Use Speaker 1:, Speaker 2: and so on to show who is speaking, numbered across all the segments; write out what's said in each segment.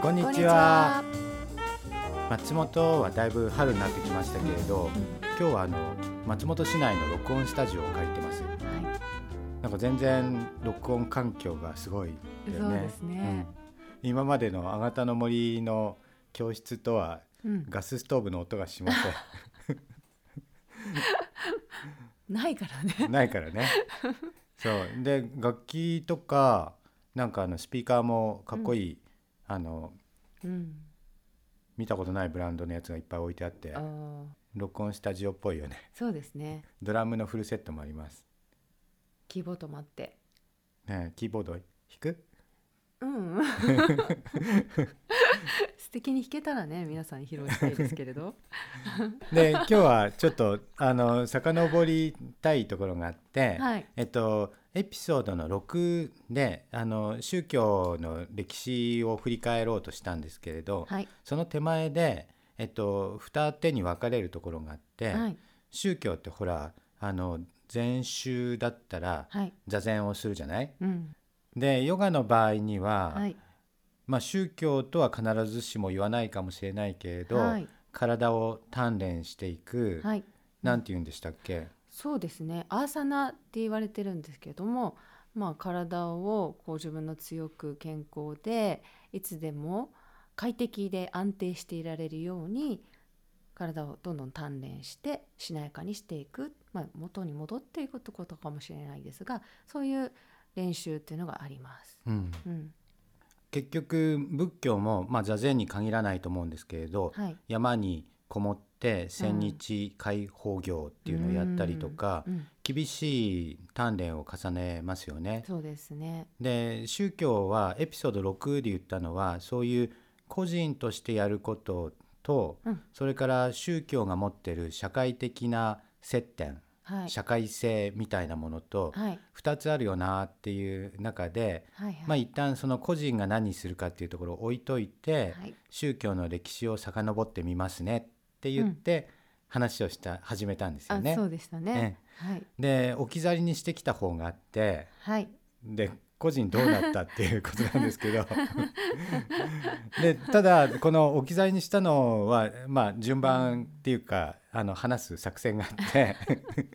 Speaker 1: こんにちは。松本はだいぶ春になってきましたけれど、今日はあの松本市内の録音スタジオを借りてます。
Speaker 2: こんにちは。はい。
Speaker 1: なんか全然録音環境がすごいんだよね。
Speaker 2: そうですね
Speaker 1: うん今までのあがたの森の教室とは
Speaker 2: うん。
Speaker 1: ガスストーブの音がしませ
Speaker 2: ないからね。
Speaker 1: ん。ないからね。そうで楽器とかなんかあのスピーカーもかっこいい、あの
Speaker 2: うん。
Speaker 1: 見たことないブランドのやつがいっぱい置いてあって
Speaker 2: ああ、
Speaker 1: 録音スタジオっぽいよね。
Speaker 2: そうですね。
Speaker 1: ドラムのフルセットもあります。
Speaker 2: 希望止まって。
Speaker 1: ねえキーボード弾く？
Speaker 2: うん。素敵に弾けたらね、皆さんに披露したいですけれ ど。
Speaker 1: で今日はちょっとあの遡りたいところがあって、
Speaker 2: はい。
Speaker 1: えっとエピソードの6であの宗教の歴史を振り返ろうとしたんですけれど、
Speaker 2: はい。
Speaker 1: その手前で、えっと、二手に分かれるところがあって、
Speaker 2: はい。
Speaker 1: 宗教ってほらあの禅宗だったら
Speaker 2: はい。
Speaker 1: 座禅をするじゃない
Speaker 2: うん。
Speaker 1: でヨガの場合には、
Speaker 2: はい。
Speaker 1: まあ、宗教とは必ずしも言わないかもしれないけれど、
Speaker 2: はい。
Speaker 1: 体を鍛錬していく、
Speaker 2: はい。
Speaker 1: なんて言うんでしたっけ、
Speaker 2: そうですね。アーサナって言われてるんですけども。まあ、体をこう自分の強く健康でいつでも快適で安定していられるように体をどんどん鍛錬してしなやかにしていく、まあ、元に戻っていくってことかもしれないですがそういう練習っていうのがあります。
Speaker 1: うん、
Speaker 2: うん
Speaker 1: 結局仏教も、まあ、座禅に限らないと思うんですけれど、
Speaker 2: はい
Speaker 1: 山にこもって千日開放業っていうのをやったりとか、
Speaker 2: うん、
Speaker 1: 厳しい鍛錬を重ねますよね。
Speaker 2: そうですね。
Speaker 1: で宗教はエピソード6で言ったのはそういう個人としてやることと、
Speaker 2: うん
Speaker 1: それから宗教が持ってる社会的な接点、
Speaker 2: はい、
Speaker 1: 社会性みたいなものと
Speaker 2: はい、
Speaker 1: 2つあるよなっていう中で、
Speaker 2: はい、
Speaker 1: まあ、
Speaker 2: はい、
Speaker 1: 一旦その個人が何するかっていうところを置いといて、
Speaker 2: はい、
Speaker 1: 宗教の歴史を遡ってみますねって言って話をした、始めたんですよ
Speaker 2: あ、
Speaker 1: ね
Speaker 2: そ。うでしたね。はい、
Speaker 1: で置き去りにしてきた方があって
Speaker 2: はい、
Speaker 1: で個人どうなったっていうことなんですけど でただこの置き去りにしたのは、まあ、順番っていうかあの話す作戦があって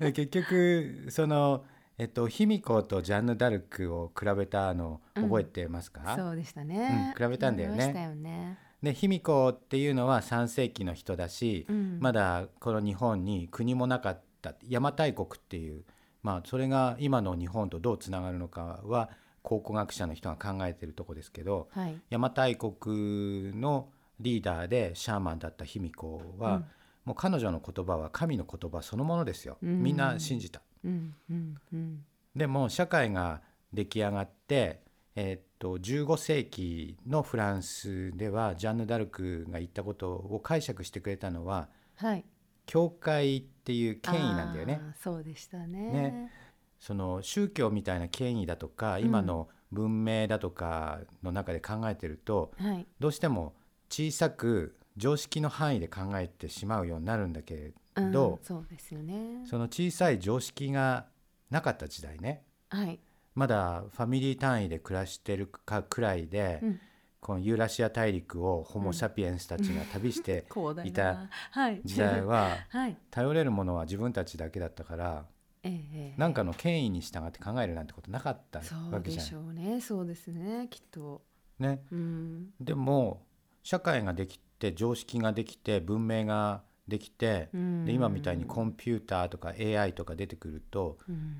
Speaker 1: で結局その、えっと、卑弥呼とジャンヌ・ダルクを比べたの覚えてますか、
Speaker 2: そうでしたね。
Speaker 1: うん比べたんだよね
Speaker 2: 比べましたよね。
Speaker 1: で卑弥呼っていうのは3世紀の人だし、
Speaker 2: うん
Speaker 1: まだこの日本に国もなかった邪馬台国っていう、まあ、それが今の日本とどうつながるのかは考古学者の人が考えてるとこですけど
Speaker 2: はい。
Speaker 1: 邪馬台国のリーダーでシャーマンだった卑弥呼は、もう彼女の言葉は神の言葉そのものですよ、
Speaker 2: うん
Speaker 1: みんな信じた。
Speaker 2: うんうんうん
Speaker 1: でも社会が出来上がって、えーっと15世紀のフランスではジャンヌ・ダルクが言ったことを解釈してくれたのは
Speaker 2: はい。
Speaker 1: 教会っていう権威なんだよね
Speaker 2: あ。ー。そうでしたね。
Speaker 1: ねその宗教みたいな権威だとか今の文明だとかの中で考えてると、
Speaker 2: はい。
Speaker 1: どうしても小さく常識の範囲で考えてしまうようになるんだけれど
Speaker 2: ん、、そうですよね。
Speaker 1: その小さい常識がなかった時代ね。
Speaker 2: はい。
Speaker 1: まだファミリー単位で暮らしてるかくらいで、
Speaker 2: うん
Speaker 1: このユーラシア大陸をホモ・サピエンスたちが旅して
Speaker 2: 広大
Speaker 1: いた
Speaker 2: な。はい。
Speaker 1: 時代。 は
Speaker 2: はい。
Speaker 1: 頼れるものは自分たちだけだったから
Speaker 2: ええええ
Speaker 1: 何かの権威に従って考えるなんてことなかった
Speaker 2: そ
Speaker 1: わ
Speaker 2: う
Speaker 1: け
Speaker 2: で
Speaker 1: じゃ
Speaker 2: しょうね。そうですね。きっと。
Speaker 1: ん。ね、
Speaker 2: うん。
Speaker 1: でも社会ができて常識ができて文明ができて、
Speaker 2: うん
Speaker 1: で今みたいにコンピューターとか AI とか出てくると
Speaker 2: うん。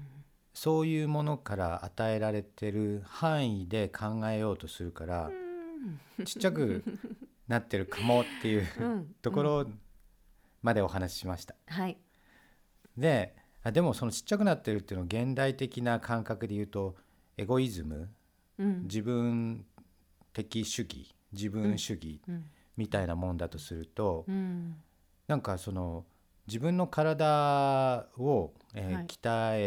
Speaker 1: そういうものから与えられてる範囲で考えようとするから。
Speaker 2: うん
Speaker 1: ちっちゃくなってるかもっていう
Speaker 2: うん
Speaker 1: ところまでお話ししました。
Speaker 2: はい。
Speaker 1: であでもそのちっちゃくなってるっていうのを現代的な感覚で言うとエゴイズム
Speaker 2: うん。
Speaker 1: 自分的主義自分主義
Speaker 2: うん。
Speaker 1: みたいなもんだとすると、
Speaker 2: うん。
Speaker 1: なんかその自分の体を、えー
Speaker 2: はい
Speaker 1: 鍛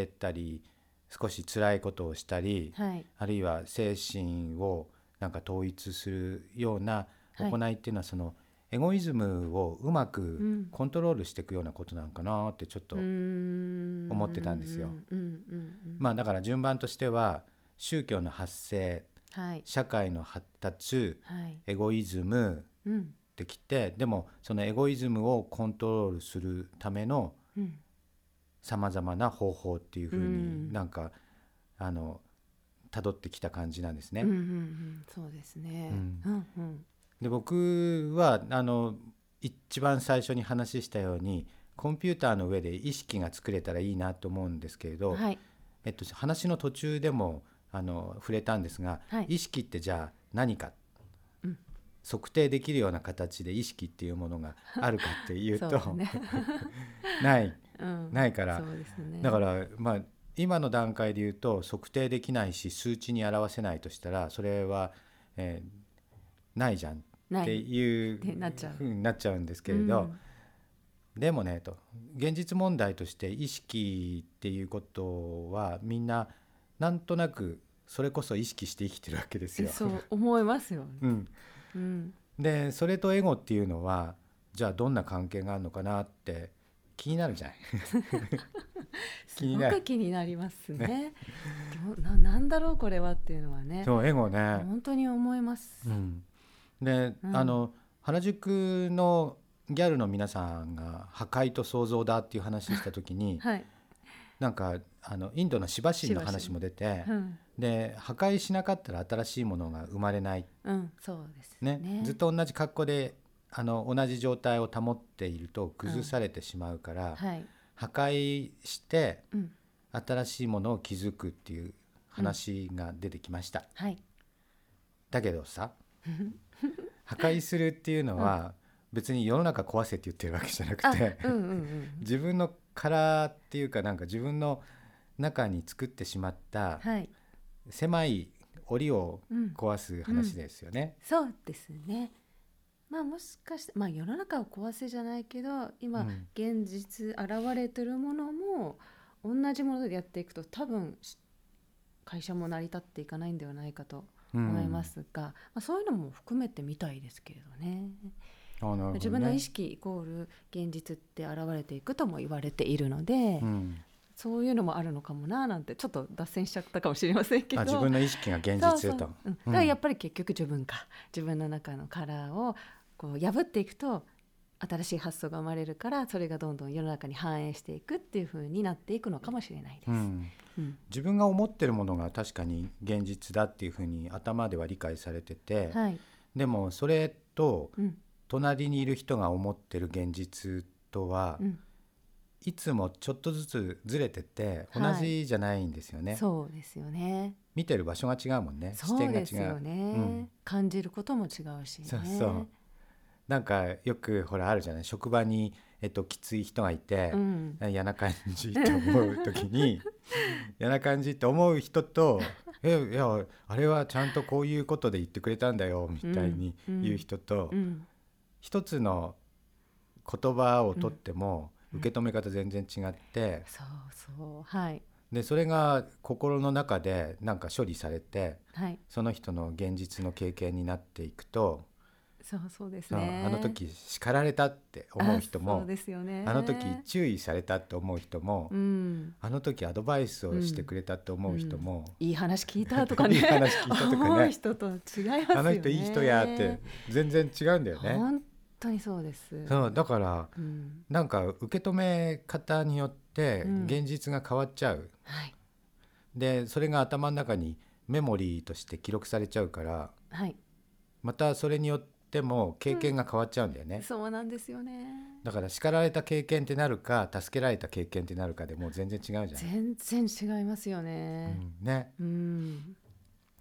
Speaker 1: えたり少し辛いことをしたり、
Speaker 2: はい
Speaker 1: あるいは精神をなんか統一するような
Speaker 2: はい
Speaker 1: 行いっていうのはそのエゴイズムをうまく
Speaker 2: ん
Speaker 1: コントロールしていくようなことなのかなってちょっと、思
Speaker 2: 思
Speaker 1: ってたんですよ。
Speaker 2: うんうんうん
Speaker 1: まあだから順番としては宗教の発生
Speaker 2: はい
Speaker 1: 社会の発達
Speaker 2: はい
Speaker 1: エゴイズム
Speaker 2: うん
Speaker 1: ってきてでもそのエゴイズムをコントロールするための
Speaker 2: うん
Speaker 1: さまざまな方法っていうふう
Speaker 2: うん
Speaker 1: になんか、あの辿ってきた感じなんですね。
Speaker 2: うんうんうんそうですね。
Speaker 1: うん
Speaker 2: うんうん
Speaker 1: で僕はあの一番最初に話したようにコンピューターの上で意識が作れたらいいなと思うんですけれど、
Speaker 2: はい
Speaker 1: えっと、話の途中でもあの触れたんですが、
Speaker 2: はい
Speaker 1: 意識ってじゃあ何か、
Speaker 2: うん
Speaker 1: 測定できるような形で意識っていうものがあるかっていう
Speaker 2: そ
Speaker 1: と
Speaker 2: うですね。
Speaker 1: ない
Speaker 2: うん
Speaker 1: ないから
Speaker 2: そうですね。
Speaker 1: だから、まあ、今の段階で言うと測定できないし数値に表せないとしたらそれは、えーないじゃん
Speaker 2: な
Speaker 1: って
Speaker 2: い
Speaker 1: いう
Speaker 2: ってなっちゃう
Speaker 1: ふになっちゃうんですけれど、でもねと現実問題として意識っていうことはみんななんとなくそれこそ意識して生きてるわけです
Speaker 2: うん
Speaker 1: よ。
Speaker 2: そう思いますよね。
Speaker 1: うん、
Speaker 2: うん
Speaker 1: でそれとエゴっていうのはじゃあどんな関係があるのかなって気になるじゃない。
Speaker 2: す
Speaker 1: 気に
Speaker 2: ご
Speaker 1: なる
Speaker 2: く気になりますね。どななんだろうこれはっていうのはね。
Speaker 1: そうエゴね、
Speaker 2: 本当に思います
Speaker 1: う。ん、で、
Speaker 2: うん
Speaker 1: あの原宿のギャルの皆さんが破壊と創造だっていう話した時に
Speaker 2: はい。
Speaker 1: なんかあのインドのシバシンの話も出て
Speaker 2: うん
Speaker 1: で破壊しなかったら新しいものが生まれない、
Speaker 2: うんそうです
Speaker 1: ね
Speaker 2: ね。
Speaker 1: ずっと同じ格好であの同じ状態を保っていると崩されてしまうから、
Speaker 2: はい。
Speaker 1: 破壊して
Speaker 2: うん
Speaker 1: 新しいものを築くっていう話が出てきました。
Speaker 2: はい。
Speaker 1: だけどさ破壊するっていうのは別に世の中壊せって言ってるわけじゃな
Speaker 2: あ
Speaker 1: くて、
Speaker 2: うんうん うん。
Speaker 1: 自分の殻っていうかなんか自分の中に作ってしまった
Speaker 2: はい。
Speaker 1: 狭い檻を
Speaker 2: うん。
Speaker 1: 壊す話ですよね。
Speaker 2: そうですね。まあもしかしてまあ世の中を壊せじゃないけど今、
Speaker 1: うん
Speaker 2: 現実現れてるものも同じものでやっていくと多分し会社も成り立っていかないんではないかと
Speaker 1: うん
Speaker 2: 思いま。すが、まあ、そういうのも含めてみたいですけれどね
Speaker 1: あなるほどね
Speaker 2: 自分の意識イコール現実って現れていくとも言われているので、
Speaker 1: うん
Speaker 2: そういうのもあるのかもななんてちょっと脱線しちゃったかもしれませんけど
Speaker 1: あ自分の意識が現実へと。
Speaker 2: うんだ
Speaker 1: うん
Speaker 2: からやっぱり結局自分か自分の中のカラーをこう破っていくと新しい発想が生まれるからそれがどんどん世の中に反映していくっていう風になっていくのかもしれないです。
Speaker 1: うん
Speaker 2: うん
Speaker 1: 自分が思ってるものが確かに現実だっていうふうに頭では理解されてて、
Speaker 2: はい、
Speaker 1: でもそれと
Speaker 2: うん
Speaker 1: 隣にいる人が思ってる現実とは、
Speaker 2: うん
Speaker 1: いつもちょっとずつずれてて同
Speaker 2: はい
Speaker 1: じじゃないんですよね、
Speaker 2: そうですよね。
Speaker 1: 見てる場所が違うもんね視
Speaker 2: そう
Speaker 1: 点が
Speaker 2: です
Speaker 1: 違
Speaker 2: よ
Speaker 1: う、
Speaker 2: ね、
Speaker 1: ん
Speaker 2: 感じることも違うしね。
Speaker 1: そうそうなんかよくほらあるじゃない職場に、えっと、きつい人がいて
Speaker 2: う、ん、
Speaker 1: 嫌な感じと思う時 に嫌な感じって思う人と「えいやあれはちゃんとこういうことで言ってくれたんだよ」みたいに言う人と、
Speaker 2: うん、
Speaker 1: 一つの言葉をとっても受け止め方全然違って、
Speaker 2: そうそうはい
Speaker 1: でそれが心の中でなんか処理されて
Speaker 2: はい
Speaker 1: その人の現実の経験になっていくと、
Speaker 2: そうそうです
Speaker 1: うん
Speaker 2: ね。
Speaker 1: あの時叱られたって思う人
Speaker 2: あ
Speaker 1: も
Speaker 2: そうですよね。
Speaker 1: あの時注意されたって思う人も、
Speaker 2: うん
Speaker 1: あの時アドバイスをしてくれたって思う人も、
Speaker 2: いい話聞いたとかね
Speaker 1: いい話聞いたとかね
Speaker 2: 思う人と違いますよね
Speaker 1: あの人いい人やって全然違うんだよね。
Speaker 2: 本当にそうです
Speaker 1: そうだから
Speaker 2: うん
Speaker 1: なんか受け止め方によって
Speaker 2: うん
Speaker 1: 現実が変わっちゃう、
Speaker 2: はい
Speaker 1: でそれが頭の中にメモリーとして記録されちゃうから
Speaker 2: はい
Speaker 1: またそれによっても経験が変わっちゃうんだよね、
Speaker 2: そうなんですよね
Speaker 1: だから叱られた経験ってなるか助けられた経験ってなるかでもう全然違うじゃない、
Speaker 2: 全然違いますよ
Speaker 1: う
Speaker 2: ね
Speaker 1: ん、ね
Speaker 2: うん、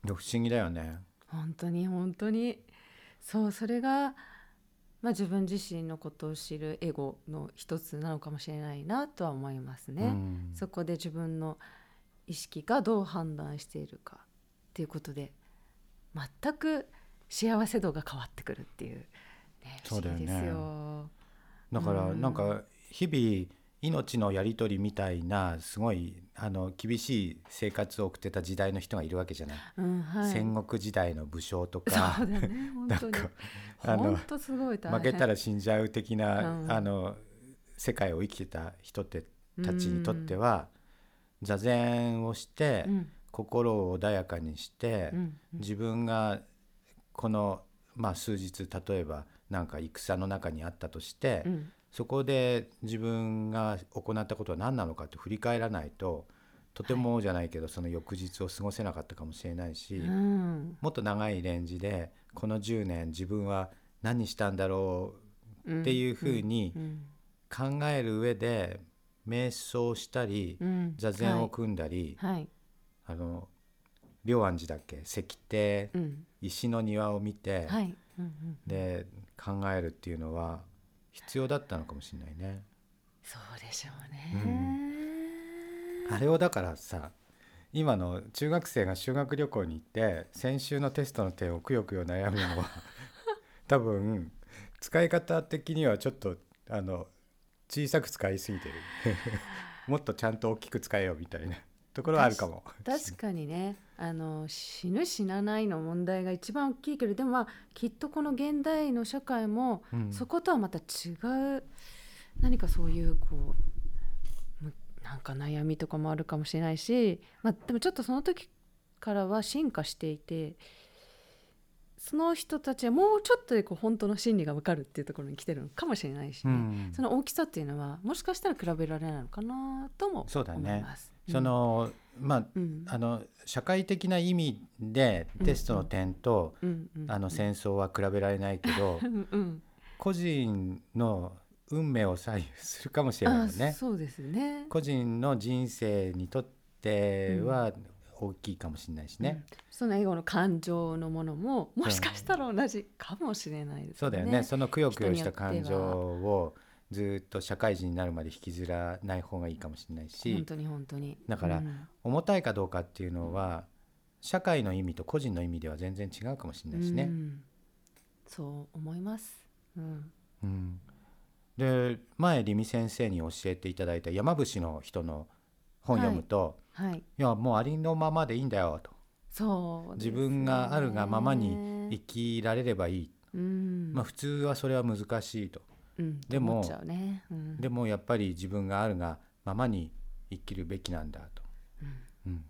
Speaker 1: で不思議だよね
Speaker 2: 本当に本当にそうそれがまあ自分自身のことを知るエゴの一つなのかもしれないなとは思いますね、
Speaker 1: うん
Speaker 2: そこで自分の意識がどう判断しているかっていうことで全く幸せ度が変わってくるっていう、ね、不
Speaker 1: そう
Speaker 2: 思
Speaker 1: だよ
Speaker 2: 議
Speaker 1: ね
Speaker 2: ですよ。
Speaker 1: だから
Speaker 2: うん
Speaker 1: なんか日々命のやり取りみたいなすごいあの厳しい生活を送ってた時代の人がいるわけじゃない、
Speaker 2: うんはい、
Speaker 1: 戦国時代の武将と
Speaker 2: そう
Speaker 1: か
Speaker 2: だね
Speaker 1: な
Speaker 2: 本当
Speaker 1: ん
Speaker 2: に
Speaker 1: かあの
Speaker 2: 本当すごい大変
Speaker 1: 負けたら死んじゃう的な、
Speaker 2: うん
Speaker 1: あの世界を生きてた人ってたちにとっては、座禅をして、
Speaker 2: うん
Speaker 1: 心を穏やかにして、
Speaker 2: うん
Speaker 1: 自分がこの、まあ、数日例えばなんか戦の中にあったとして、
Speaker 2: うん
Speaker 1: そこで自分が行ったことは何なのかって振り返らないととてもじゃないけどその翌日を過ごせなかったかもしれないし、
Speaker 2: うん
Speaker 1: もっと長いレンジでこの10年自分は何したんだろ
Speaker 2: うん
Speaker 1: うっていうふうに
Speaker 2: うん
Speaker 1: 考える上で瞑想したり
Speaker 2: うん
Speaker 1: 座禅を組んだり、
Speaker 2: はい、はい
Speaker 1: あの龍安寺だっけ石庭
Speaker 2: うん
Speaker 1: 石の庭を見て、
Speaker 2: はいうんうん、
Speaker 1: で考えるっていうのは必要だったのかもしれないね。
Speaker 2: そうでしょ
Speaker 1: う
Speaker 2: うね、
Speaker 1: あれをだからさ今の中学生が修学旅行に行って先週のテストの点をくよくよ悩む のは多分使い方的にはちょっとあの小さく使いすぎてる もっとちゃんと大きく使えよみたいなところはあるかも。
Speaker 2: 確かにねあの死ぬ死なないの問題が一番大きいけどでも、まあ、きっとこの現代の社会も、
Speaker 1: うん
Speaker 2: そことはまた違う何かそういうこうむなんか悩みとかもあるかもしれないし、まあ、でもちょっとその時からは進化していてその人たちはもうちょっとでこう本当の心理が分かるっていうところに来てるのかもしれないし
Speaker 1: う
Speaker 2: ね、
Speaker 1: ん
Speaker 2: その大きさっていうのはもしかしたら比べられないのかなとも
Speaker 1: そうだ
Speaker 2: 思
Speaker 1: ね
Speaker 2: います。
Speaker 1: そのまあ
Speaker 2: うん、
Speaker 1: あの社会的な意味でテストの点と、
Speaker 2: うんうんうん
Speaker 1: あの戦争は比べられないけど、
Speaker 2: うんうん
Speaker 1: 個人の運命を左右するかもしれないよ
Speaker 2: あ
Speaker 1: ね。
Speaker 2: そうですね。
Speaker 1: 個人の人生にとっては大きいかもしれないしね。
Speaker 2: うん。その英語の感情のものももしかしたら同じかもしれないですね。
Speaker 1: そうだよねそのくよくよした感情をずっと社会人になるまで引きずらない方がいいかもしれない
Speaker 2: 本
Speaker 1: し
Speaker 2: 当に本当に。
Speaker 1: だから
Speaker 2: うん
Speaker 1: 重たいかどうかっていうのは社会の意味と個人の意味では全然違うかもしれないしね。
Speaker 2: うんそう思います。うん。
Speaker 1: うん、で前りみ先生に教えていただいた山伏の人の本読むと、
Speaker 2: はい。
Speaker 1: い、やもうありのままでいいんだよと
Speaker 2: そうです
Speaker 1: 自
Speaker 2: ね、
Speaker 1: 分があるがままに生きられればいい、
Speaker 2: うん。
Speaker 1: まあ、普通はそれは難しいと
Speaker 2: うん
Speaker 1: でも
Speaker 2: 思っちゃうねうん
Speaker 1: でもやっぱり自分があるがままに生きるべきなんだと、うん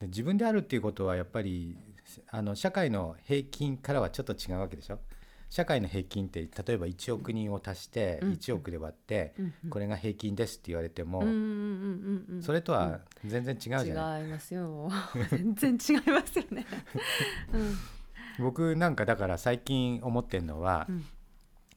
Speaker 1: で自分であるっていうことはやっぱりあの社会の平均からはちょっと違うわけでしょ社会の平均って例えば1億人を足して
Speaker 2: うん
Speaker 1: 1億で割って、
Speaker 2: うんうん
Speaker 1: これが平均ですって言われても、
Speaker 2: うんうんうんうんうん。
Speaker 1: それとは全然違うじゃ
Speaker 2: 違い
Speaker 1: ない、
Speaker 2: ますよ。 全然違いますよね。うん
Speaker 1: 僕なんかだから最近思ってるのは、
Speaker 2: うん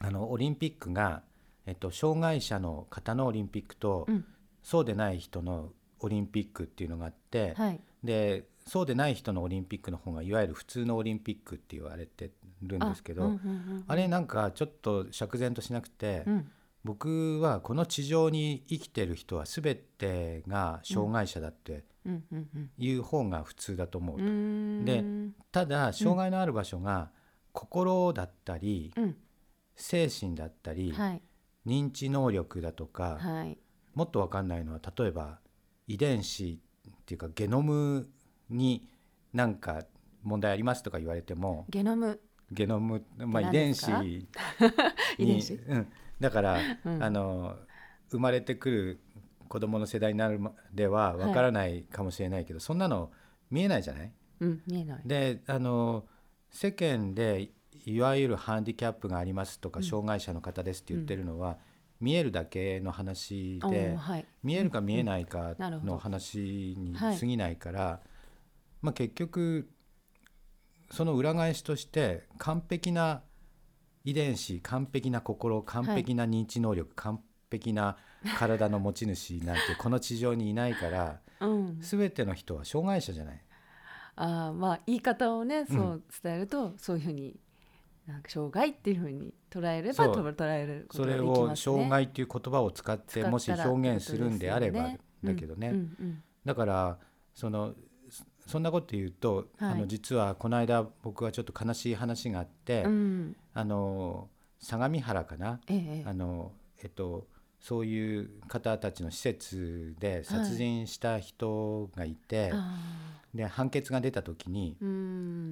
Speaker 1: あのオリンピックが、えっと、障害者の方のオリンピックと、
Speaker 2: うん
Speaker 1: そうでない人のオリンピックっていうのがあって、
Speaker 2: はい。
Speaker 1: でそうでない人のオリンピックの方がいわゆる普通のオリンピック って言われてるんですけどあ,、
Speaker 2: うんうんうん
Speaker 1: れなんかちょっと釈然としなくて、
Speaker 2: うん
Speaker 1: 僕はこの地上に生きてる人は全てが障害者だって
Speaker 2: うんうんうん
Speaker 1: いう方が普通だと思うと、
Speaker 2: で
Speaker 1: でただ障害のある場所が心だったり、
Speaker 2: うん、
Speaker 1: 精神だったり、
Speaker 2: はい
Speaker 1: 認知能力だとか、
Speaker 2: はい、
Speaker 1: もっと分かんないのは例えば遺伝子っていうかゲノムになんか問題ありますとか言われても
Speaker 2: ゲノム、
Speaker 1: ゲノム、まあ、遺
Speaker 2: 何
Speaker 1: 伝
Speaker 2: で
Speaker 1: 子
Speaker 2: すか
Speaker 1: に
Speaker 2: 遺伝子
Speaker 1: うん、だから、
Speaker 2: うん
Speaker 1: あの生まれてくる子供の世代になるまでは分からないかもしれないけど、そんなの見えないじゃない
Speaker 2: うん、見えない。
Speaker 1: であの世間でいわゆるハンディキャップがありますとか、
Speaker 2: うん
Speaker 1: 障害者の方ですって言ってるのは、見えるだけの話
Speaker 2: お
Speaker 1: で
Speaker 2: ー、はい、
Speaker 1: 見えるか見えないか
Speaker 2: なるほ
Speaker 1: の
Speaker 2: ど
Speaker 1: 話に
Speaker 2: はい
Speaker 1: 過ぎないから、まあ、結局その裏返しとして完璧な遺伝子完璧な心完璧な認知能力、完璧な体の持ち主なんてこの地上にいないから
Speaker 2: うん、
Speaker 1: 全ての人は障害者じゃない。
Speaker 2: あーまあ言い方をねそう伝えると、そういうふうになんか障害っていうふうに捉えれば
Speaker 1: そう
Speaker 2: と捉えること
Speaker 1: そ
Speaker 2: がで
Speaker 1: れ
Speaker 2: きますね。
Speaker 1: を障害っていう言葉を使ってもし
Speaker 2: 使ったら
Speaker 1: 表現するんであれば
Speaker 2: ってこと
Speaker 1: だ
Speaker 2: です
Speaker 1: け
Speaker 2: よ
Speaker 1: どね、
Speaker 2: うんうん
Speaker 1: だからそのそそんなこと言うと、
Speaker 2: はい
Speaker 1: あの実はこの間僕はちょっと悲しい話があって、
Speaker 2: うんうん
Speaker 1: あの相模原かな、
Speaker 2: ええ
Speaker 1: あのえっと、そういう方たちの施設で殺人した人がいて、
Speaker 2: あ
Speaker 1: で判決が出た時に
Speaker 2: ーう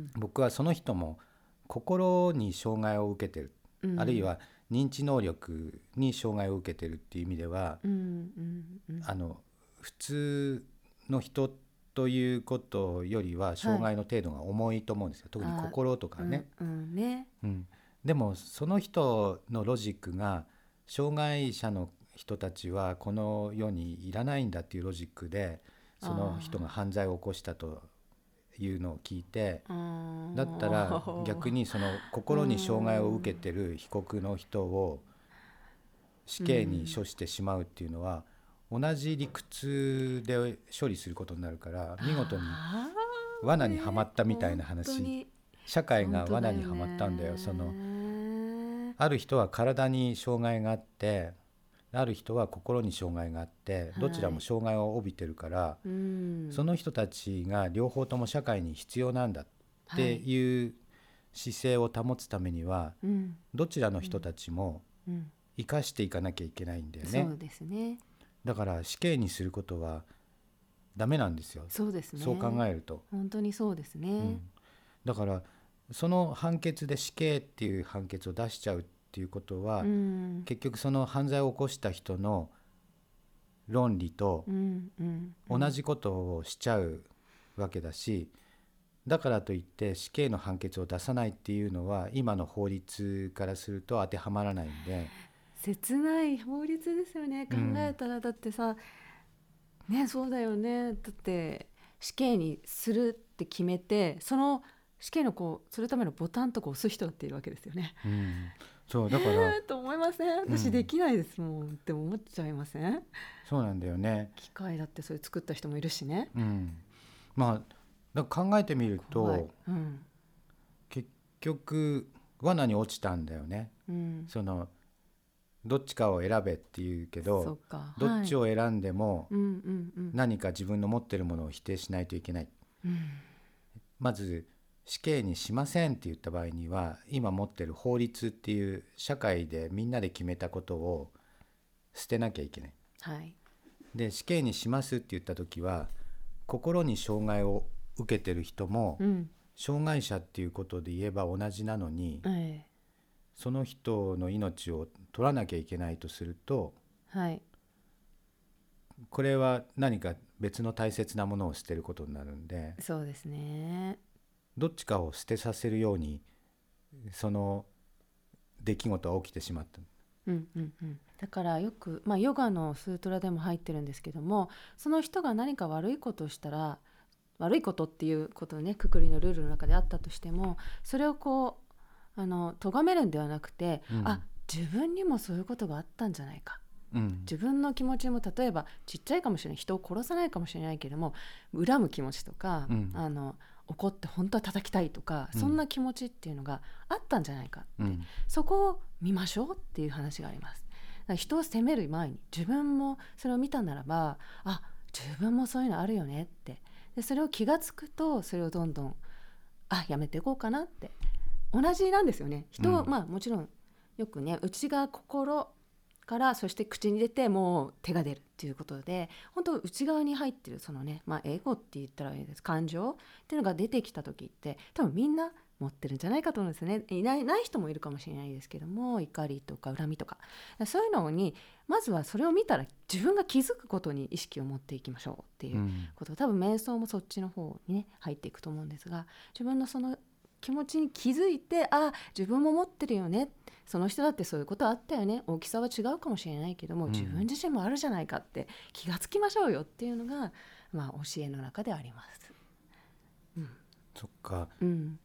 Speaker 2: ん
Speaker 1: 僕はその人も心に障害を受けてる、
Speaker 2: うん
Speaker 1: あるいは認知能力に障害を受けてるっていう意味では、
Speaker 2: うんうんうん
Speaker 1: あの普通の人ということよりは障害の程度が重いと思うんですよ、特に心とかね。
Speaker 2: うんうんね
Speaker 1: うん、でもその人のロジックが障害者の人たちはこの世にいらないんだっていうロジックでその人が犯罪を起こしたというのを聞いてだったら逆にその心に障害を受けてる被告の人を死刑に処してしまうっていうのは同じ理屈で処理することになるから見事に罠にはまったみたいな話社会が罠にはまったんだよその。ある人は体に障害があってある人は心に障害があって
Speaker 2: い
Speaker 1: どちらも障害を帯びてるから、そ
Speaker 2: の
Speaker 1: の人たちが両方とも社会に必要なんだっていう姿勢を保つためには
Speaker 2: うん
Speaker 1: どちらの人たちも
Speaker 2: うん
Speaker 1: 生かしていかなきゃいけないんだよね
Speaker 2: そうですね
Speaker 1: だから死刑にすることはダメなんですよ
Speaker 2: そうですね
Speaker 1: そう考えると、
Speaker 2: 本当にそうですね、
Speaker 1: うんだからその判決で死刑っていう判決を出しちゃうっていうことは、
Speaker 2: うん
Speaker 1: 結局その犯罪を起こした人の論理と
Speaker 2: うんうん
Speaker 1: 同じことをしちゃうわけだしだからといって死刑の判決を出さないっていうのは今の法律からすると当てはまらないんで
Speaker 2: 切ない法律ですよね考
Speaker 1: うん
Speaker 2: えたらだってさ、ねそうだよねだって死刑にするって決めてその死刑のこうするためのボタンとか押す人だっているわけですよね。
Speaker 1: うんそうだか
Speaker 2: え
Speaker 1: ら
Speaker 2: ー、 と思いません
Speaker 1: う
Speaker 2: 私
Speaker 1: ん
Speaker 2: できないですもん、って思っちゃいません
Speaker 1: そうなんだよね
Speaker 2: 機械だってそれ作った人もいるしね。
Speaker 1: うんまあだから考えてみる
Speaker 2: 怖い
Speaker 1: と
Speaker 2: うん
Speaker 1: 結局罠に落ちたんだよね
Speaker 2: うん、
Speaker 1: そのどっちかを選べっていうけ
Speaker 2: そ
Speaker 1: ど
Speaker 2: っか
Speaker 1: どっち
Speaker 2: を、
Speaker 1: を選んでも、
Speaker 2: はい、うんうんうん
Speaker 1: 何か自分の持ってるものを否定しないといけない
Speaker 2: うん
Speaker 1: まず死刑にしませんって言った場合には今持ってる法律っていう社会でみんなで決めたことを捨てなきゃいけない
Speaker 2: はい
Speaker 1: で死刑にしますって言った時は心に障害を受けてる人も
Speaker 2: うん
Speaker 1: 障害者っていうことで言えば同じなのに
Speaker 2: ええ
Speaker 1: その人の命を取らなきゃいけないとすると
Speaker 2: はい
Speaker 1: これは何か別の大切なものを捨てることになるんで
Speaker 2: そうですね
Speaker 1: どっちかを捨てさせるようにその出来事は起きてしまった。
Speaker 2: うんうんうん、だからよく、まあ、ヨガのスートラでも入ってるんですけどもその人が何か悪いことをしたら悪いことっていうことねくくりのルールの中であったとしてもそれをこうあの咎めるんではなくて、
Speaker 1: うん
Speaker 2: あ自分にもそういうことがあったんじゃないか
Speaker 1: うん
Speaker 2: 自分の気持ちも例えばちっちゃいかもしれない人を殺さないかもしれないけれども恨む気持ちとか、
Speaker 1: うん
Speaker 2: あの怒って本当は叩きたいとか、
Speaker 1: うん
Speaker 2: そんな気持ちっていうのがあったんじゃないかって、
Speaker 1: うん
Speaker 2: そこを見ましょうっていう話があります。だから人を責める前に自分もそれを見たならばあ自分もそういうのあるよねってでそれを気が付くとそれをどんどんあやめていこうかなって同じなんですよね人を、
Speaker 1: うん
Speaker 2: まあもちろんよくね内側心からそして口に出てもう手が出るっていうことで本当内側に入ってるそのねまあエゴって言ったらいいです感情っていうのが出てきた時って多分みんな持ってるんじゃないかと思うんですよねいないない人もいるかもしれないですけども怒りとか恨みとかそういうのにまずはそれを見たら自分が気づくことに意識を持っていきましょうっていううんこと多分瞑想もそっちの方にね入っていくと思うんですが自分のその気持ちに気づいてあ自分も持ってるよねその人だってそういうことあったよね大きさは違うかもしれないけども
Speaker 1: うん
Speaker 2: 自分自身もあるじゃないかって気がつきましょうよっていうのが、まあ、教えの中であります。
Speaker 1: そっか
Speaker 2: うん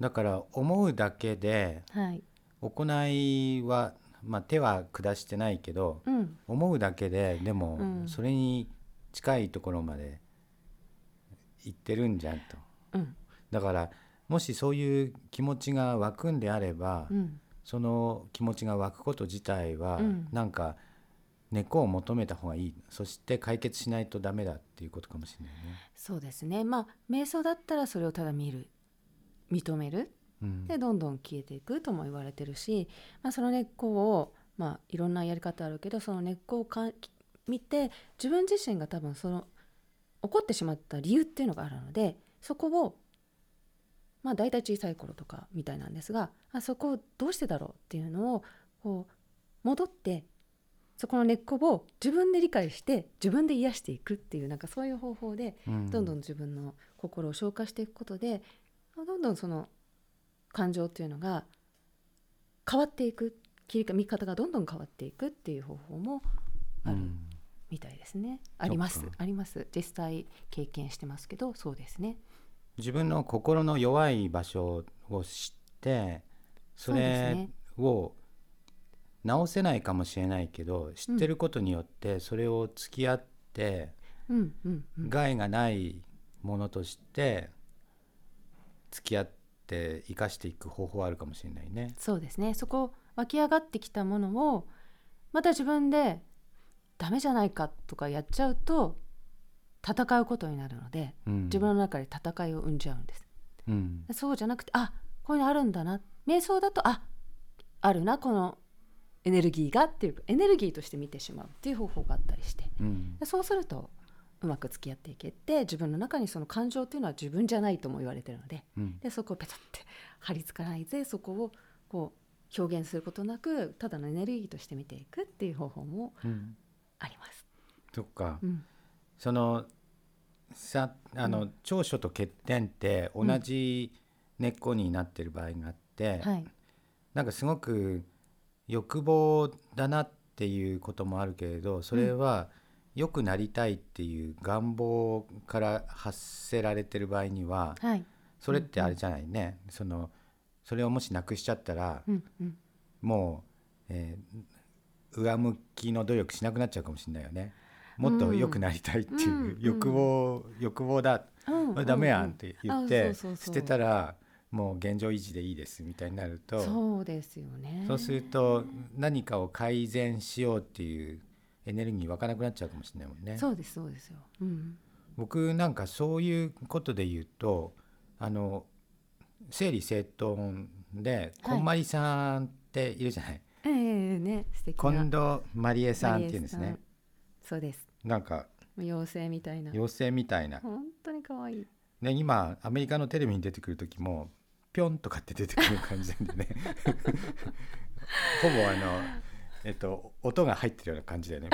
Speaker 1: だから思うだけで
Speaker 2: はい
Speaker 1: 行いは、まあ、手は下してないけど
Speaker 2: うん
Speaker 1: 思うだけででも
Speaker 2: うん
Speaker 1: それに近いところまで行ってるんじゃんと。
Speaker 2: うん
Speaker 1: だからもしそういう気持ちが湧くんであれば、
Speaker 2: うん
Speaker 1: その気持ちが湧くこと自体は、
Speaker 2: うん
Speaker 1: なんか根っこを求めた方がいいそして解決しないとダメだっていうことかもしれないね。
Speaker 2: そうですねまあ瞑想だったらそれをただ見る認める
Speaker 1: うん
Speaker 2: でどんどん消えていくとも言われてるし、まあ、その根っこをまあ、いろんなやり方あるけどその根っこをか見て自分自身が多分その怒ってしまった理由っていうのがあるのでそこをまあ大体小さい頃とかみたいなんですがあそこをどうしてだろうっていうのをこう戻ってそこの根っこを自分で理解して自分で癒していくっていうなんかそういう方法で
Speaker 1: うん
Speaker 2: どんどん自分の心を消化していくことでどんどんその感情っていうのが変わっていく切り替え見方がどんどん変わっていくっていう方法もある
Speaker 1: うん
Speaker 2: みたいですね。あります
Speaker 1: そっか
Speaker 2: あります実際経験してますけどそうですね。
Speaker 1: 自分の心の弱い場所を知ってそ
Speaker 2: そうで
Speaker 1: れ
Speaker 2: すね
Speaker 1: を直せないかもしれないけど知ってることによってそれを付き合って
Speaker 2: うんうんうん。
Speaker 1: 害がないものとして付き合って生かしていく方法はあるかもしれないね。
Speaker 2: そうですねそこ湧き上がってきたものをまた自分でダメじゃないかとかやっちゃうと戦うことになるので
Speaker 1: うん
Speaker 2: 自分の中で戦いを生んじゃうんです。
Speaker 1: うん
Speaker 2: そうじゃなくてあこういうのあるんだな瞑想だとああるなこのエネルギーがっていうエネルギーとして見てしまうっていう方法があったりして
Speaker 1: うん
Speaker 2: でそうするとうまく付き合っていけて自分の中にその感情っていうのは自分じゃないとも言われてるので
Speaker 1: うん
Speaker 2: でそこをペタって貼り付かないでそこをこう表現することなくただのエネルギーとして見ていくっていう方法も
Speaker 1: うん
Speaker 2: あります。
Speaker 1: そっか
Speaker 2: うん、
Speaker 1: そのさあの、
Speaker 2: う
Speaker 1: 長所と欠点って同じ根っこになってる場合があって、
Speaker 2: はい、
Speaker 1: なんかすごく欲望だなっていうこともあるけれどそれは良くなりたいっていう願望から発せられてる場合には
Speaker 2: はい
Speaker 1: それってあれじゃないね、そのそれをもしなくしちゃったら、
Speaker 2: うんうん、
Speaker 1: もう、えー上向きの努力しなくなっちゃうかもしれないよね。もっと良くなりたいっていう、
Speaker 2: うんうん
Speaker 1: 欲望、欲望だ、
Speaker 2: うん
Speaker 1: これダメやんっ
Speaker 2: う
Speaker 1: て言って、
Speaker 2: あそうそう
Speaker 1: 捨
Speaker 2: そう
Speaker 1: てたらもう現状維持でいいですみたいになると
Speaker 2: そうですよね
Speaker 1: そうすると何かを改善しようっていうエネルギー湧かなくなっちゃうかもしれないもんね。
Speaker 2: そうですそうですよ、うん、
Speaker 1: 僕なんかそういうことで言うとあの整理整頓で、
Speaker 2: は
Speaker 1: こ
Speaker 2: い
Speaker 1: んまりさんっているじゃない
Speaker 2: ええね素敵な
Speaker 1: 近藤まりえさんっていうんです
Speaker 2: マリエ
Speaker 1: ね
Speaker 2: さんそうです
Speaker 1: なんか
Speaker 2: 妖精みたいな
Speaker 1: 妖精みたいな、
Speaker 2: 本当に可愛い
Speaker 1: ね、今アメリカのテレビに出てくる時もピョンとかって出てくる感じなん でねほぼあのえっと音が入ってるような感じだよね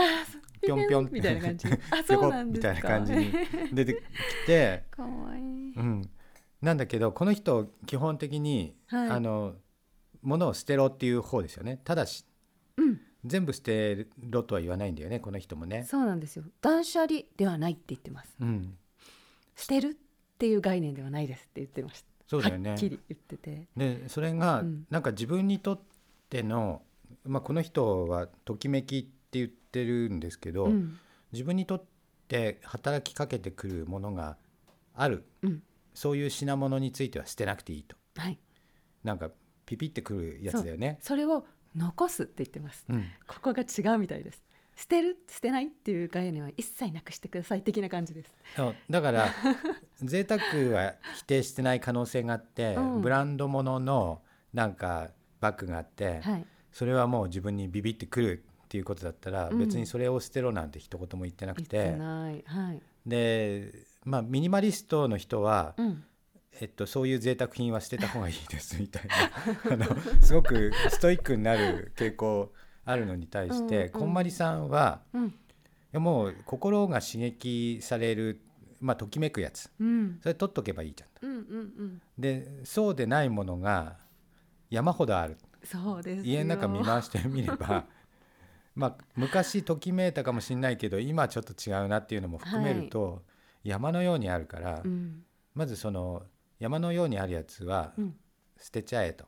Speaker 1: ピョンピョン
Speaker 2: みたいな 感じあ
Speaker 1: ピョ
Speaker 2: そ
Speaker 1: コ
Speaker 2: う
Speaker 1: ッ
Speaker 2: なんで
Speaker 1: み
Speaker 2: すか
Speaker 1: たいな感じに出てきて、
Speaker 2: 可愛い
Speaker 1: うん、なんだけどこの人基本的に、
Speaker 2: はい
Speaker 1: あの物を捨てろっていう方ですよねただし
Speaker 2: うん
Speaker 1: 全部捨てろとは言わないんだよねこの人もね。
Speaker 2: そうなんですよ断捨離ではないって言ってます
Speaker 1: うん、
Speaker 2: 捨てるっていう概念ではないですって言ってました
Speaker 1: そうだよね
Speaker 2: はっきり言ってて
Speaker 1: でそれが
Speaker 2: うん
Speaker 1: なんか自分にとっての、まあ、この人は「ときめき」って言ってるんですけど、
Speaker 2: うん
Speaker 1: 自分にとって働きかけてくるものがある
Speaker 2: うん
Speaker 1: そういう品物については捨てなくていいと
Speaker 2: はい
Speaker 1: なんかピピってくるやつだよね。
Speaker 2: それを残すって言ってます
Speaker 1: うん、
Speaker 2: ここが違うみたいです捨てる捨てないっていう概念は一切なくしてください的な感じです
Speaker 1: そうだ から贅沢は否定してない可能性があって、
Speaker 2: うん
Speaker 1: ブランド物ののなんかバッグがあって、
Speaker 2: はい
Speaker 1: それはもう自分にビビってくるっていうことだったら、
Speaker 2: うん
Speaker 1: 別にそれを捨てろなんて一言も言ってなく
Speaker 2: 言っててないはい
Speaker 1: でまあミニマリストの人は、
Speaker 2: うん
Speaker 1: えっと、そういう贅沢品は捨てた方がいいですみたいな あのすごくストイックになる傾向あるのに対して、
Speaker 2: うんうん
Speaker 1: こんまりさんは
Speaker 2: うん
Speaker 1: いやもう心が刺激される、まあ、ときめくやつ
Speaker 2: うん
Speaker 1: それ取っとけばいいじゃんと。
Speaker 2: うんうんうん
Speaker 1: でそうでないものが山ほどある
Speaker 2: そうですよ
Speaker 1: 家の中見回してみれば まあ昔ときめいたかもしれないけど今ちょっと違うなっていうのも含めると、山のようにあるから、
Speaker 2: うん
Speaker 1: まずその山のようにあるやつは
Speaker 2: うん
Speaker 1: 捨てちゃえと。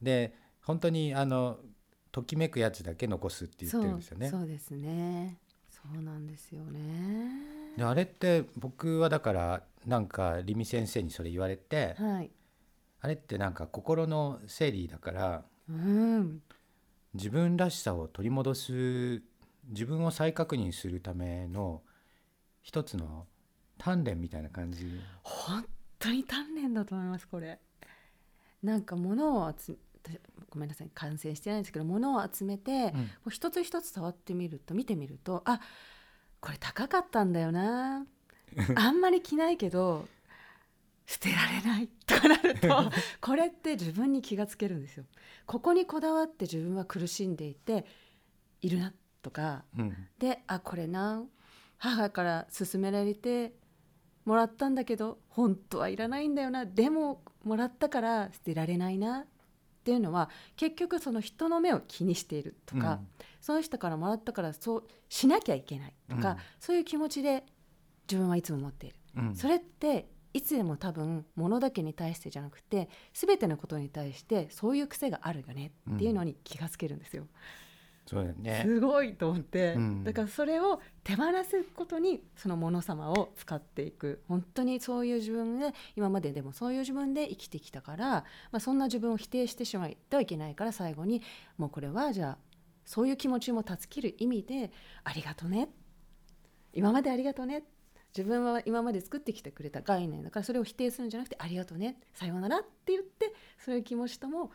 Speaker 1: で本当にあのときめくやつだけ残すって言ってるんですよね。
Speaker 2: そうそうですねそうなんですよね
Speaker 1: であれって僕はだからなんかりみ先生にそれ言われて、
Speaker 2: はい
Speaker 1: あれってなんか心の整理だから
Speaker 2: うん
Speaker 1: 自分らしさを取り戻す自分を再確認するための一つの鍛錬みたいな感じ
Speaker 2: 本当に鍛錬だと思いますこれなんか物を集私ごめんなさい感染してないんですけど物を集めて、こ
Speaker 1: うん
Speaker 2: う一つ一つ触ってみると見てみるとあこれ高かったんだよなあんまり着ないけど捨てられないとかなるとこれって自分に気がつけるんですよ。ここにこだわって自分は苦しんでいているなとか
Speaker 1: うん
Speaker 2: であこれな母から勧められてもらったんだけど本当はいらないんだよなでももらったから捨てられないなっていうのは結局その人の目を気にしているとか、その人からもらったからそうしなきゃいけないとか、
Speaker 1: うん
Speaker 2: そういう気持ちで自分はいつも持っている。
Speaker 1: うんうん
Speaker 2: それっていつでも多分物だけに対してじゃなくて全てのことに対してそういう癖があるよねっていうのに気がつけるんですよ。
Speaker 1: そうだよね。
Speaker 2: すごいと思って、
Speaker 1: うん
Speaker 2: だからそれを手放すことにその物様を使っていく本当にそういう自分で今まででもそういう自分で生きてきたから、まあ、そんな自分を否定してしまってはいけないから最後にもうこれはじゃあそういう気持ちも断ち切る意味でありがとね今までありがとね自分は今まで作ってきてくれた概念だからそれを否定するんじゃなくてありがとねさようならって言ってそういう気持ちとも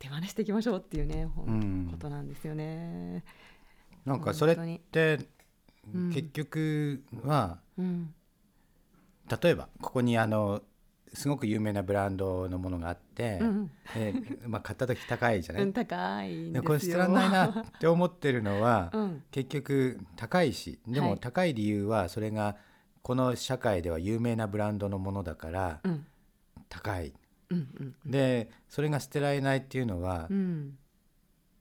Speaker 2: 手放していきましょうっていうね、ほん
Speaker 1: うん
Speaker 2: ことなんですよね。
Speaker 1: なんかそれって
Speaker 2: うん
Speaker 1: 結局は、
Speaker 2: うん
Speaker 1: 例えばここにあのすごく有名なブランドのものがあって、
Speaker 2: うん
Speaker 1: えーまあ、買った時高いじゃな
Speaker 2: う
Speaker 1: い、
Speaker 2: ん、高いん
Speaker 1: で
Speaker 2: ですよ。
Speaker 1: これ捨てらんないなって思ってるのは、
Speaker 2: うん、
Speaker 1: 結局高いしで
Speaker 2: は
Speaker 1: も
Speaker 2: い
Speaker 1: 高い理由はそれがこの社会では有名なブランドのものだから
Speaker 2: うん、
Speaker 1: 高い、
Speaker 2: うん、
Speaker 1: でそれが捨てられないっていうのは、
Speaker 2: うん、うん、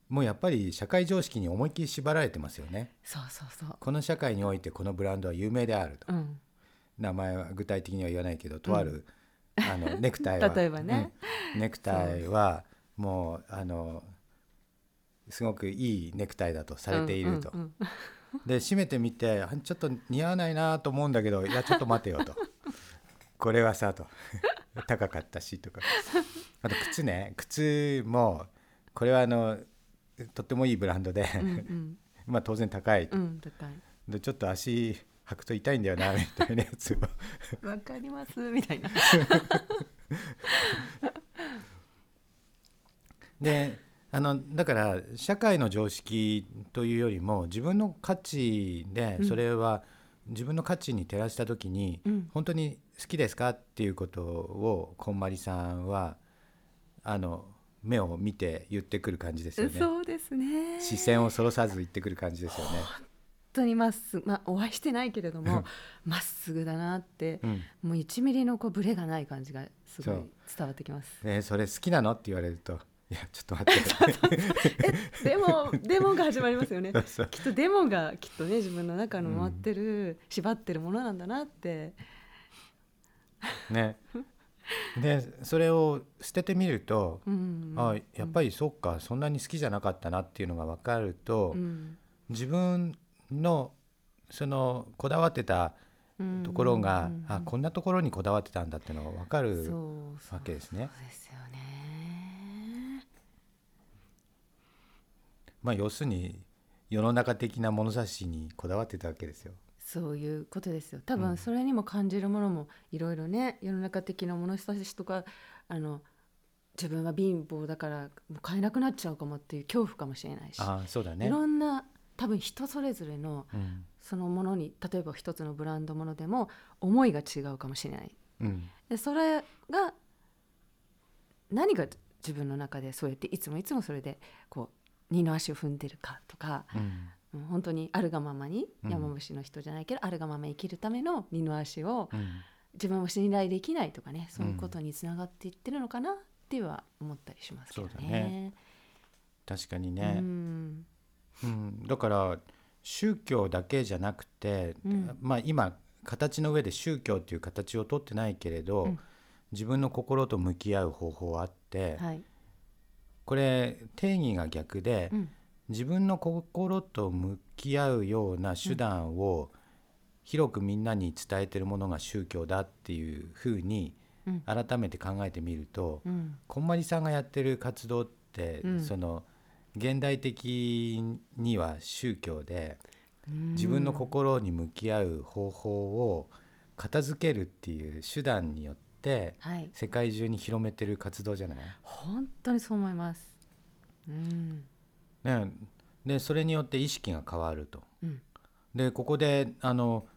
Speaker 1: もうやっぱり社会常識に思いっきり縛られてますよね。
Speaker 2: そうそうそう。
Speaker 1: この社会においてこのブランドは有名であると
Speaker 2: うん、
Speaker 1: 名前は具体的には言わないけどとある、あのネクタイは
Speaker 2: 例えばね、
Speaker 1: うんネクタイはもうあのすごくいいネクタイだとされていると、
Speaker 2: うんうん
Speaker 1: で締めてみてあちょっと似合わないなと思うんだけどいやちょっと待てよ とこれはさと 高かったしとかあと靴ね靴もこれはあのとってもいいブランドで、
Speaker 2: うん、うん、
Speaker 1: まあ当然高い、
Speaker 2: うん、 高い。
Speaker 1: でちょっと足履くと痛いんだよなみたいなやつを
Speaker 2: わかりますみたいな。
Speaker 1: であのだから社会の常識というよりも自分の価値で
Speaker 2: うん
Speaker 1: それは自分の価値に照らした時に、
Speaker 2: うん
Speaker 1: 本当に好きですかっていうことをこんまりさんはあの目を見て言ってくる感じですよね。
Speaker 2: そうですね。
Speaker 1: 視線をそろさず言ってくる感じですよね。
Speaker 2: 本当にまっすぐ、まあ、お会いしてないけれども、まっすぐだなって。
Speaker 1: うん、
Speaker 2: もう一ミリのこうブレがない感じがすごい
Speaker 1: そう
Speaker 2: 伝わってきます。
Speaker 1: えそれ好きなのって言われると「いやちょっと待って
Speaker 2: で も、デモが始まりますよね。」
Speaker 1: そう
Speaker 2: きっとデモがきっとね自分の中の回ってる、縛ってるものなんだなって
Speaker 1: ね。でそれを捨ててみると、
Speaker 2: うん
Speaker 1: あやっぱりそっかそんなに好きじゃなかったなっていうのが分かると、
Speaker 2: うん
Speaker 1: 自分のそのこだわってた
Speaker 2: うん
Speaker 1: ところが、
Speaker 2: うん
Speaker 1: あこんなところにこだわってたんだっていうのが分か
Speaker 2: そう
Speaker 1: る
Speaker 2: そう
Speaker 1: わけですね。
Speaker 2: そうですよね
Speaker 1: まあ、要するに世の中的な物差しにこだわってたわけですよ。
Speaker 2: そういうことですよ多
Speaker 1: う
Speaker 2: 分
Speaker 1: ん
Speaker 2: それにも感じるものもいろいろね世の中的な物差しとかあの自分は貧乏だからもう買えなくなっちゃうかもっていう恐怖かもしれないし、
Speaker 1: あそうだね
Speaker 2: いろんな多分人それぞれの
Speaker 1: うん
Speaker 2: そのものに例えば一つのブランドものでも思いが違うかもしれない
Speaker 1: うん
Speaker 2: でそれが何が自分の中でそうやっていつもいつもそれでこう二の足を踏んでるかとか、
Speaker 1: うん
Speaker 2: うん本当にあるがままに
Speaker 1: うん
Speaker 2: 山伏の人じゃないけど、あるがまま生きるための二の足を
Speaker 1: うん
Speaker 2: 自分を信頼できないとかねそういうことにつながっていってるのかなっては思ったりしますけど
Speaker 1: そうだ
Speaker 2: ね
Speaker 1: ね。確かに
Speaker 2: う
Speaker 1: ね、
Speaker 2: ん
Speaker 1: うん、だから宗教だけじゃなくて、
Speaker 2: うん
Speaker 1: まあ今形の上で宗教っていう形をとってないけれど、
Speaker 2: うん
Speaker 1: 自分の心と向き合う方法はあって、
Speaker 2: はい
Speaker 1: これ定義が逆で、
Speaker 2: うん
Speaker 1: 自分の心と向き合うような手段を広くみんなに伝えてるものが宗教だっていうふうに
Speaker 2: うん
Speaker 1: 改めて考えてみると、
Speaker 2: うん
Speaker 1: こんまりさんがやってる活動って、
Speaker 2: うん
Speaker 1: その現代的には宗教で
Speaker 2: うん
Speaker 1: 自分の心に向き合う方法を片付けるっていう手段によって
Speaker 2: はい
Speaker 1: 世界中に広めてる活動じゃない
Speaker 2: 本当にそう思います。うん
Speaker 1: ね、でそれによって意識が変わると。
Speaker 2: うん
Speaker 1: でここであの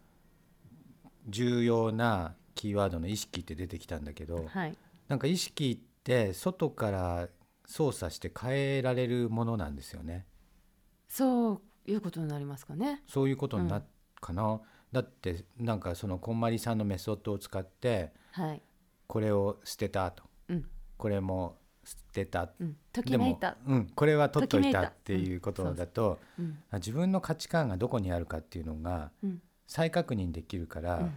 Speaker 1: 重要なキーワードの意識って出てきたんだけど
Speaker 2: はい
Speaker 1: なんか意識って外から操作して変えられるものなんですよね。
Speaker 2: そういうことになりますかね
Speaker 1: そういうことにな
Speaker 2: う
Speaker 1: っ
Speaker 2: ん
Speaker 1: かな、だってなんかそのこんまりさんのメソッドを使って
Speaker 2: はい、
Speaker 1: これを捨てたと
Speaker 2: うん
Speaker 1: これも捨てた
Speaker 2: うん、ときめいた、
Speaker 1: でも、うん、これは取っとい
Speaker 2: ときめい
Speaker 1: た
Speaker 2: た
Speaker 1: っていうことだと、
Speaker 2: うん
Speaker 1: あ自分の価値観がどこにあるかっていうのが
Speaker 2: うん
Speaker 1: 再確認できるから、
Speaker 2: うん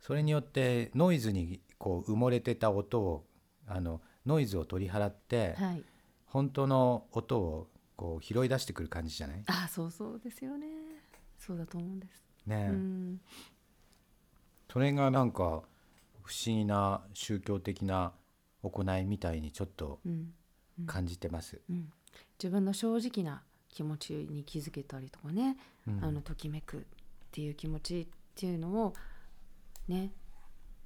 Speaker 1: それによってノイズにこう埋もれてた音をあのノイズを取り払って、
Speaker 2: はい
Speaker 1: 本当の音をこう拾い出してくる感じじゃない
Speaker 2: あそうそうですよねそうだと思うんです、う
Speaker 1: ね、
Speaker 2: ん、
Speaker 1: それがなんか不思議な宗教的な行いみたいにちょっと
Speaker 2: うん
Speaker 1: 感じてます。
Speaker 2: うん、自分の正直な気持ちに気づけたりとかね、
Speaker 1: うん
Speaker 2: あのときめくっていう気持ちっていうのをね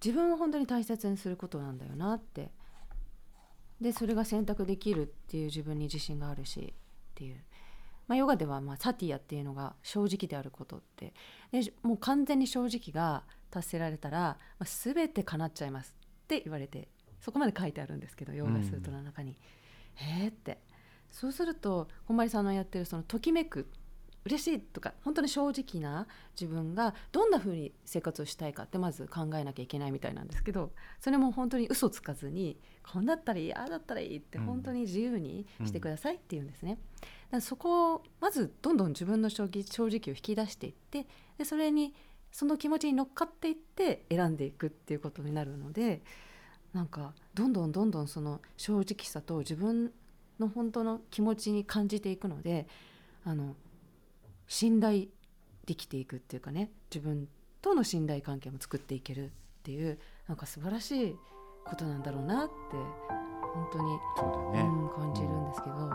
Speaker 2: 自分を本当に大切にすることなんだよなってでそれが選択できるっていう自分に自信があるしっていう、まあ、ヨガではまあサティアっていうのが正直であることってでもう完全に正直が達せられたら、まあ、全て叶っちゃいますって言われてそこまで書いてあるんですけどヨガスートの中に。へえってそうするとこんまりさんのやってるそのときめく嬉しいとか本当に正直な自分がどんな風に生活をしたいかってまず考えなきゃいけないみたいなんですけどそれも本当に嘘つかずにこんだったらいいああだったらいいって
Speaker 1: うん
Speaker 2: 本当に自由にしてくださいっていうんですね。だからそこをまずどんどん自分の正直正直を引き出していってでそれにその気持ちに乗っかっていって選んでいくっていうことになるのでなんかどんどんどんどんその正直さと自分の本当の気持ちに感じていくのであの信頼できていくっていうかね自分との信頼関係も作っていけるっていうなんか素晴らしいことなんだろうなって本当に、
Speaker 1: そうだね、
Speaker 2: うん、感じるんですけど、